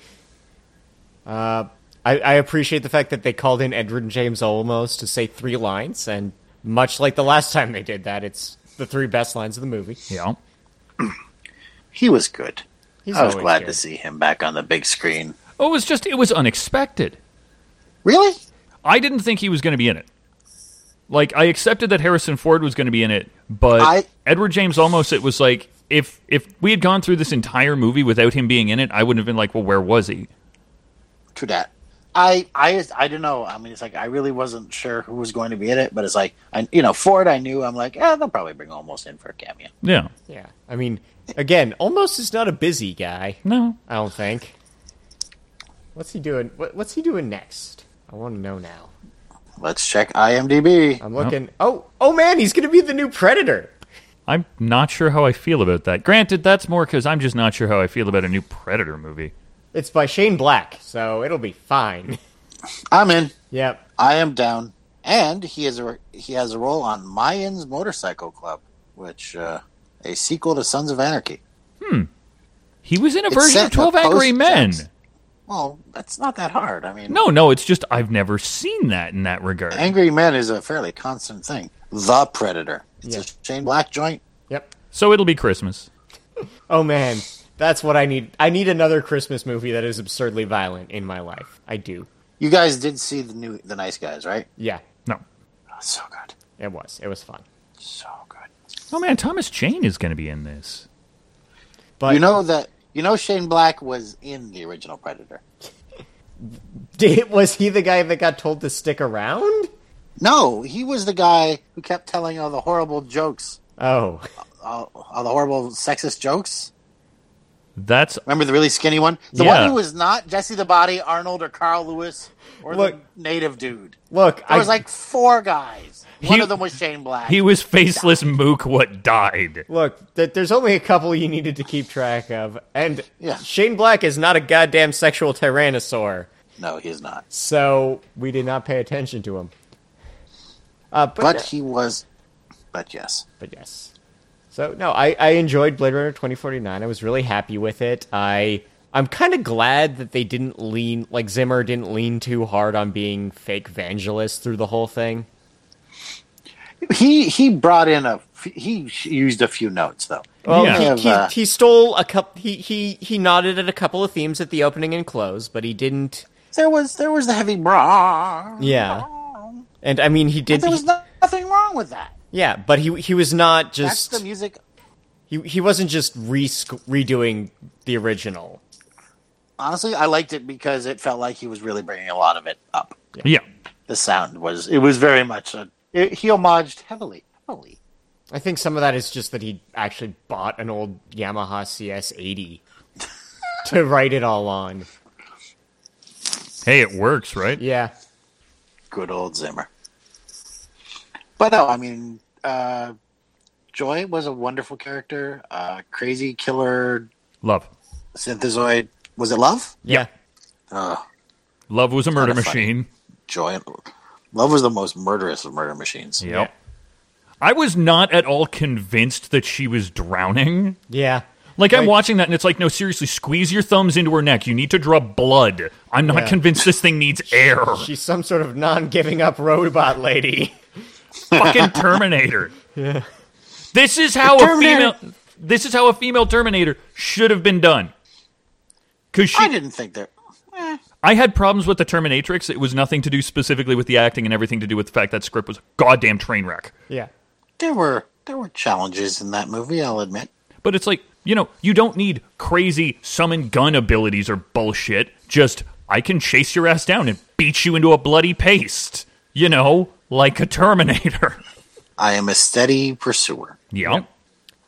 Uh, I, I appreciate the fact that they called in Edward James Olmos to say three lines, and much like the last time they did that, it's the three best lines of the movie.
Yeah.
He was good.
He's
I was
always
glad
good.
to see him back on the big screen.
Oh, it was just, it was unexpected.
Really?
I didn't think he was going to be in it. Like, I accepted that Harrison Ford was going to be in it, but
I-
Edward James almost, it was like, if, if we had gone through this entire movie without him being in it, I wouldn't have been like, well, where was he?
to that. I I I don't know. I mean, it's like I really wasn't sure who was going to be in it, but it's like I you know Ford. I knew. I'm like, eh, they'll probably bring almost in for a cameo.
Yeah.
Yeah, I mean, again, Olmos is not a busy guy.
No.
I don't think. What's he doing? What, what's he doing next? I want to know now.
Let's check IMDb.
I'm looking. Oh, oh man, he's gonna be the new Predator.
I'm not sure how I feel about that. Granted, that's more because I'm just not sure how I feel about a new Predator movie.
It's by Shane Black, so it'll be fine.
I'm in.
yep.
I am down. And he is a he has a role on Mayans Motorcycle Club, which uh, a sequel to Sons of Anarchy.
He was in a
It's
version
set
of
in a
Twelve Angry Men.
post-text. Well, that's not that hard. I mean,
No, no, it's just I've never seen that in that regard.
Angry Men is a fairly constant thing. The Predator. It's
Yeah.
a Shane Black joint.
Yep.
So it'll be Christmas.
Oh man, that's what I need. I need another Christmas movie that is absurdly violent in my life. I do.
You guys did see the new The Nice Guys, right?
Yeah,
No.
Oh, so good,
it was. It was fun.
so good.
Oh man, Thomas Jane is going to be in this.
But
You know that you know Shane Black was in the original Predator.
did, was he the guy that got told to stick around?
No, he was the guy who kept telling all the horrible jokes,
Oh,
all, all the horrible sexist jokes.
That's
Remember the really skinny one? The
Yeah.
one who was not Jesse the Body, Arnold, or Carl Lewis, or
Look.
the native dude.
look,
There was like four guys. One
He-
of them was Shane Black.
he was faceless mook what died.
Look, th- there's only a couple you needed to keep track of, and
Yeah.
Shane Black is not a goddamn sexual tyrannosaur,
no, he is not.
so we did not pay attention to him. Uh, but,
But he was. But yes.
but yes. So no, I, I enjoyed Blade Runner 2049. I was really happy with it. I I'm kind of glad that they didn't lean like Zimmer didn't lean too hard on being fake evangelist through the whole thing.
He he brought in a. He used a few notes though.
Well,
Yeah.
he,
Have,
he,
uh,
he stole a cup. He, he he nodded at a couple of themes at the opening and close, but he didn't.
There was there was the heavy bra.
Yeah, and I mean he did.
There was
he-
no- nothing wrong with that.
Yeah, but he he was not
That's
just
the music.
he he wasn't just re- redoing the original.
Honestly, I liked it because it felt like he was really bringing a lot of it up.
Yeah.
The sound was it was very much a it, he homaged heavily, heavily.
I think some of that is just that he actually bought an old Yamaha CS80 to write it all on.
Hey, it works, right?
Yeah,
Good old Zimmer. But no, I mean, uh, Joy was a wonderful character. Uh, crazy killer
Love.
synthesoid. Was it love?
yeah,
Love was a murder
Kinda funny.
machine.
Joy. Love was the most murderous of murder machines.
Yep. I was not at all convinced that she was drowning.
yeah.
Like, I'm
Like-
watching that and it's like, no, seriously, squeeze your thumbs into her neck. You need to draw blood. I'm not
Yeah.
convinced this thing needs air.
She's some sort of non-giving up robot lady.
Fucking Terminator. Yeah. This is how a
Terminator-
female This is how a female Terminator should have been done. Cause she
I didn't think there. Eh.
I had problems with the Terminatrix. It was nothing to do specifically with the acting and everything to do with the fact that script was a goddamn train wreck.
Yeah,
There were there were challenges in that movie. I'll admit.
But it's like, you know, you don't need crazy summon gun abilities or bullshit. Just, I can chase your ass down and beat you into a bloody paste. You know, like a Terminator.
I am a steady pursuer.
yep.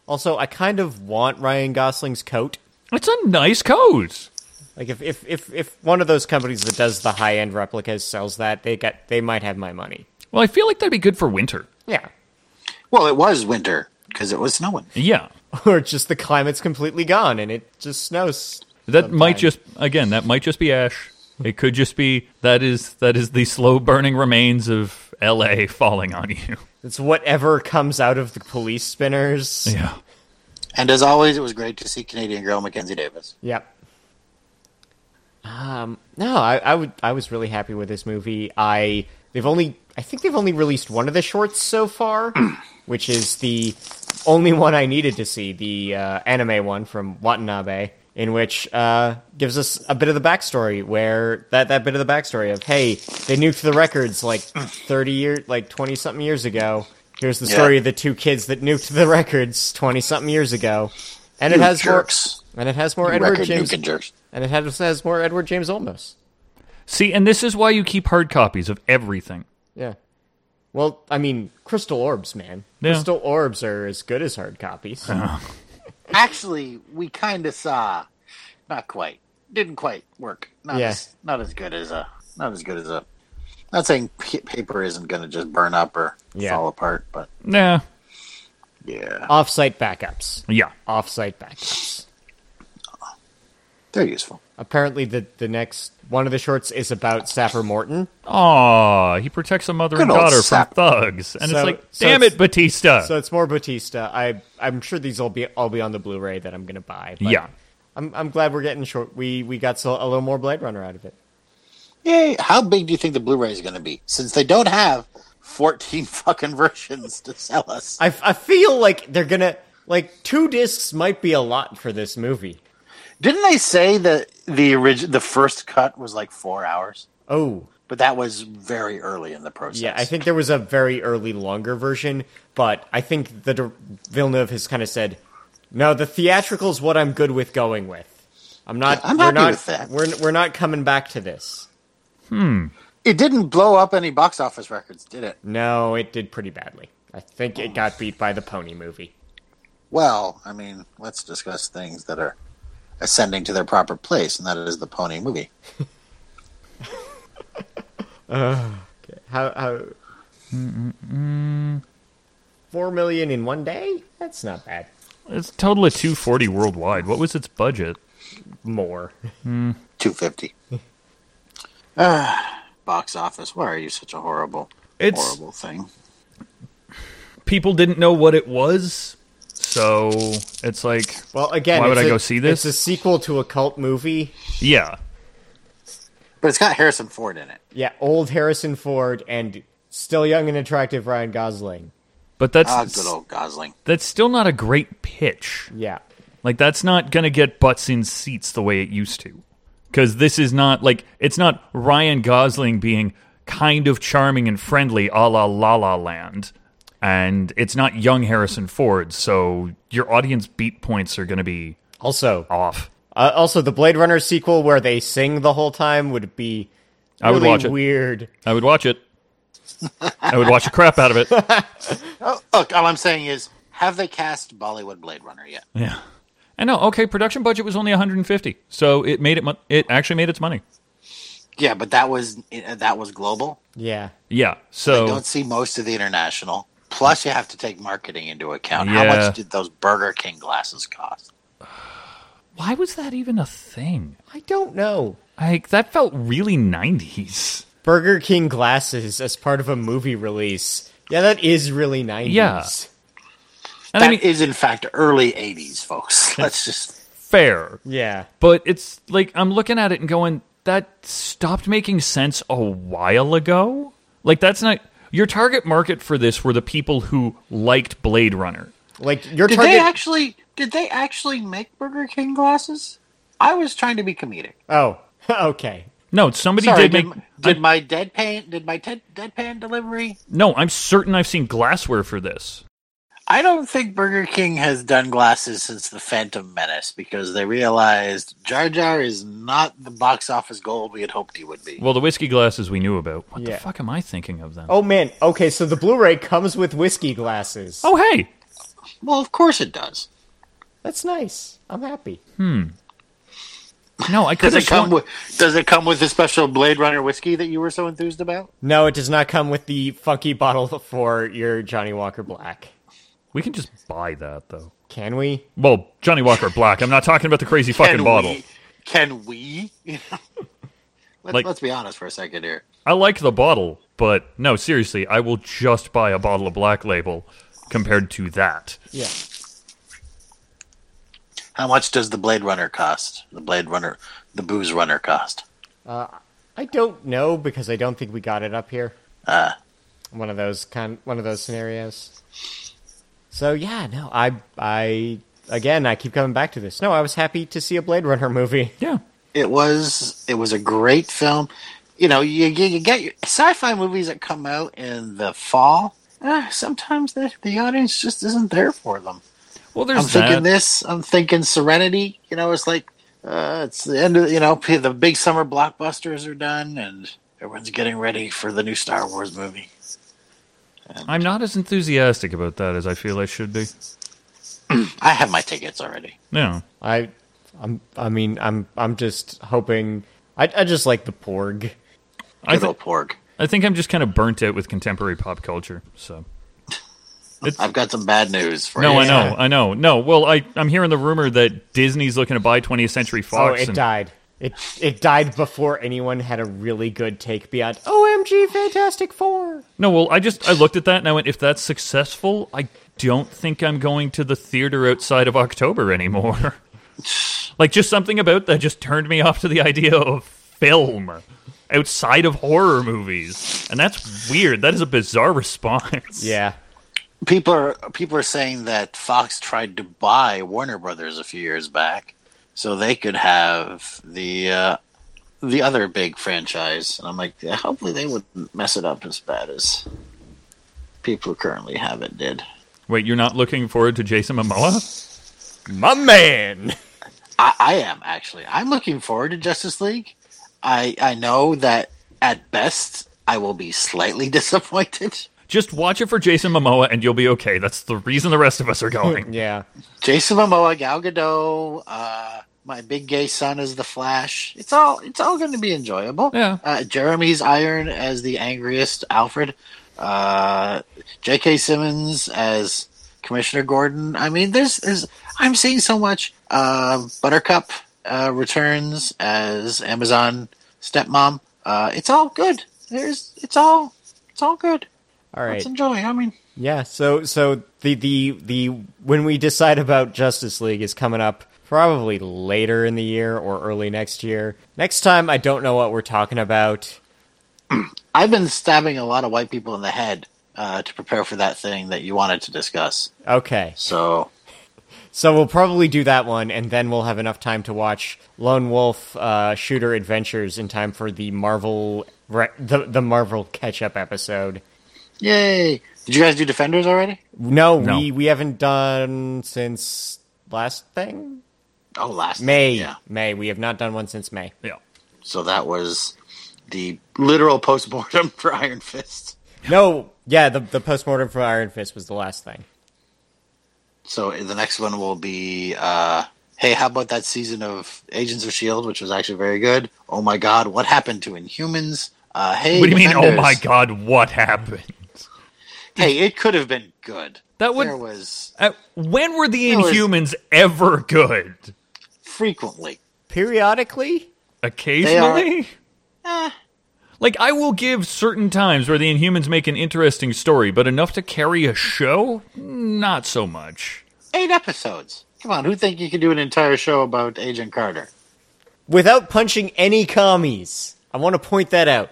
Also, I kind of want Ryan Gosling's coat.
It's a nice coat.
Like if if if, if one of those companies that does the high end replicas sells that, they got they might have my money.
Well, I feel like that'd be good for winter.
Yeah.
Well, it was winter because it was snowing.
Yeah.
Or just the climate's completely gone and it just snows.
That might
Sometime.
just again, that might just be ash. It could just be that is that is the slow burning remains of LA falling on you.
It's whatever comes out of the police spinners.
Yeah.
And as always, it was great to see Canadian girl Mackenzie Davis.
Yep. Um, no, I, I would. I was really happy with this movie. I they've only. I think they've only released one of the shorts so far, which is the only one I needed to see, the uh, anime one from Watanabe, in which uh, gives us a bit of the backstory. Where that that bit of the backstory of hey, they nuked the records like thirty years, like twenty something years ago. Here's the
Yeah.
story of the two kids that nuked the records twenty something years ago, and it
You
has
jerks.
more. And it has more Edward
Record
James,
nuke and jerks.
and it has, has more Edward James Olmos.
See, and this is why you keep hard copies of everything.
Yeah. Well, I mean, crystal orbs, man.
Yeah.
Crystal orbs are as good as hard copies. Uh-huh.
Actually, we kind of saw, not quite, didn't quite work. Not
Yeah.
as not as good as a not as good as a Not saying p- paper isn't going to just burn up or
Yeah.
fall apart, but
Nah.
yeah,
Offsite backups.
Yeah.
Offsite backups.
they're useful.
Apparently, the, the next one of the shorts is about Sapper Morton.
Aw, he protects a mother and
Good old
daughter
sap.
from thugs. And
So-
it's like,
so
damn
it's-
it, Batista.
So it's more Batista. I I'm sure these will be all be on the Blu-ray that I'm gonna buy. but
Yeah.
I'm I'm glad we're getting short. We we got so, a little more Blade Runner out of it.
Yay! How big do you think the Blu-ray is going to be? Since they don't have fourteen fucking versions to sell us.
I, I feel like they're gonna like two discs might be a lot for this movie.
Didn't they say that the origi- the first cut was like four hours?
Oh
But that was very early in the process.
yeah, I think there was a very early longer version, but I think the dir- Villeneuve has kind of said, no, the theatrical's what I'm good with going with. I'm not.
I'm
we're
happy
not.
with that.
We're we're not coming back to this.
it didn't blow up any box office records, did it?
No, it did pretty badly. I think it got beat by the Pony movie.
Well, I mean, let's discuss things that are ascending to their proper place, and that is the Pony movie.
How? how... Four million in one day? That's not bad.
it's a total of 240 worldwide. What was its budget?
More.
Two fifty.
Ah,
box office. Why are you such a horrible,
It's-
horrible thing?
People didn't know what it was. So it's like,
Well, again,
Why would
it's
I
a-
go see this?
It's a sequel to a cult movie.
yeah.
But it's got Harrison Ford in it.
Yeah, old Harrison Ford and still young and attractive Ryan Gosling.
But that's
Ah, good old Gosling.
that's still not a great pitch.
Yeah,
Like that's not going to get butts in seats the way it used to. Cuz this is not like it's not Ryan Gosling being kind of charming and friendly a la La La Land. And it's not young Harrison Ford, so your audience beat points are going to be
Also,
off.
uh, also the Blade Runner sequel where they sing the whole time would be
I would
really
watch it.
weird.
I would watch it. I would watch the crap out of it.
Oh, look, all I'm saying is, have they cast Bollywood Blade Runner yet?
Yeah. I know. Okay, production budget was only 150. So it made it mon- it actually made its money.
Yeah, but that was eh, that was global.
Yeah,
Yeah.
You
So
don't see most of the international. Plus, you have to take marketing into account. How
Yeah.
much did those Burger King glasses cost?
why was that even a thing?
I don't know.
Like that felt really 90s.
Burger King glasses as part of a movie release. Yeah, that is really 90s.
Yeah. And
That is
I mean
in fact, early '80s, folks. Let's just.
fair,
Yeah.
but it's like I'm looking at it and going that stopped making sense a while ago. Like that's not your target market for this were the people who liked Blade Runner.
Like your
Did
target
they actually? Did they actually make Burger King glasses? I was trying to be comedic.
Oh, okay.
No, somebody
Sorry,
did
did,
make
m- did my deadpan did my dead deadpan delivery?
No, I'm certain I've seen glassware for this.
I don't think Burger King has done glasses since the Phantom Menace because they realized Jar Jar is not the box office gold we had hoped he would be.
Well, the whiskey glasses we knew about. What
Yeah.
the fuck am I thinking of then?
Oh man. Okay, so the Blu-ray comes with whiskey glasses.
Oh, hey.
Well, of course it does.
that's nice. I'm happy.
No, I could
Does
have
it come
sworn.
with Does it come with the special Blade Runner whiskey that you were so enthused about?
No, it does not come with the funky bottle for your Johnny Walker Black.
We can just buy that though.
Can we?
Well, Johnny Walker Black. I'm not talking about the crazy fucking bottle.
We, can we? You know? Let,
Like-
let's be honest for a second here.
I like the bottle, but no, seriously, I will just buy a bottle of Black Label compared to that.
Yeah.
How much does the Blade Runner cost? The Blade Runner, the booze runner cost.
I don't know because I don't think we got it up here. Uh one of those kind one of those scenarios. So yeah, no, I I again I keep coming back to this. No, I was happy to see a Blade Runner movie.
Yeah.
It was it was a great film. You know, you you, you get your sci-fi movies that come out in the fall. eh, sometimes the, the audience just isn't there for them.
Well, there's
I'm thinking
that.
this. I'm thinking Serenity. You know, it's like uh, it's the end of you know p- the big summer blockbusters are done, and everyone's getting ready for the new Star Wars movie.
I'm not as enthusiastic about that as I feel I should be.
I have my tickets already.
No.
I I'm I mean, I'm I'm just hoping I I just like the Porg.
I,
Good
th-
old Porg.
I think I'm just kind of burnt out with contemporary pop culture. So
I've got some bad news for
no,
you.
I know, I know. No, well, I I'm hearing the rumor that Disney's looking to buy 20th Century
Oh,
Fox.
it
and-
died. It it died before anyone had a really good take beyond OMG Fantastic Four.
No, well, I just I looked at that and I went, if that's successful, I don't think I'm going to the theater outside of October anymore. like just something about that just turned me off to the idea of film outside of horror movies. And that's weird. That is a bizarre response.
Yeah.
People are people are saying that Fox tried to buy Warner Brothers a few years back, so they could have the uh, the other big franchise. And I'm like, yeah, hopefully they wouldn't mess it up as bad as people who currently have it did.
Wait, you're not looking forward to Jason Momoa?
My man.
I, I am actually. I'm looking forward to Justice League. I I know that at best I will be slightly disappointed.
Just watch it for Jason Momoa and you'll be okay. That's the reason the rest of us are going.
Yeah.
Jason Momoa, Gal Gadot, uh, my big gay son is the Flash. It's all it's all going to be enjoyable.
Yeah.
Uh, Jeremy's Iron as the angriest Alfred. Uh, J.K. Simmons as Commissioner Gordon. I mean, there's there's I'm seeing so much. Uh, Buttercup uh, returns as Amazon stepmom. Uh, it's all good. There's it's all it's all good.
All right.
Let's enjoy. I mean,
Yeah. So so the the the when we decide about Justice League is coming up probably later in the year or early next year. Next time I don't know what we're talking about.
I've been stabbing a lot of white people in the head uh, to prepare for that thing that you wanted to discuss.
Okay.
So
So we'll probably do that one, and then we'll have enough time to watch Lone Wolf uh, Shooter Adventures in time for the Marvel re- the the Marvel catch up episode.
yay! Did you guys do Defenders already?
No,
No.
we we haven't done since last thing
Oh, last
May.
Yeah.
May we have not done one since May.
Yeah.
So that was the literal postmortem for Iron Fist.
No, yeah, the the postmortem for Iron Fist was the last thing.
So the next one will be. Uh, Hey, how about that season of Agents of S.H.I.E.L.D., E which was actually very good? Oh my god, what happened to Inhumans? Uh, hey,
What do you mean, oh
Defenders.
my god, what happened?
Hey, it could have been good.
That would-
There was
Uh, when were the
That was-
Inhumans ever good?
frequently.
Periodically,
Occasionally? Like, I will give certain times where the Inhumans make an interesting story, but enough to carry a show? Not so much.
Eight episodes. Come on, who think you can do an entire show about Agent Carter?
without punching any commies. I want to point that out.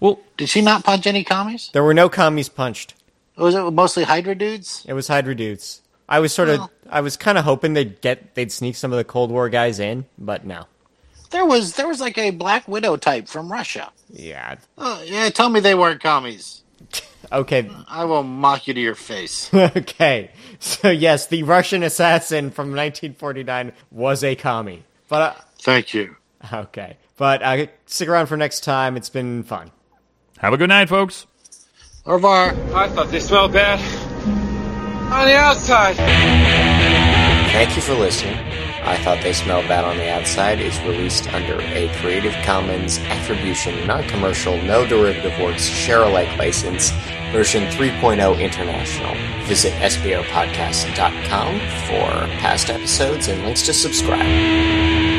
Well,
Did she not punch any commies?
There were no commies punched.
Was it mostly Hydra dudes?
It was Hydra dudes. I was sort of,
Well-
I was kind of hoping they'd get, they'd sneak some of the Cold War guys in, but no.
There was there was like a Black Widow type from Russia.
Yeah.
Oh, yeah, tell me they weren't commies.
Okay.
I will mock you to your face.
okay. So yes, the Russian assassin from 1949 was a commie. But
Thank you.
uh, okay. But uh, stick around for next time. It's been fun.
have a good night, folks.
Au revoir.
I thought they smelled bad on the outside.
Thank you for listening. I Thought They Smelled Bad on the Outside is released under a Creative Commons Attribution, Non Commercial, No Derivative Works, Share Alike license, version 3.0 international. Visit SBOpodcast.com for past episodes and links to subscribe.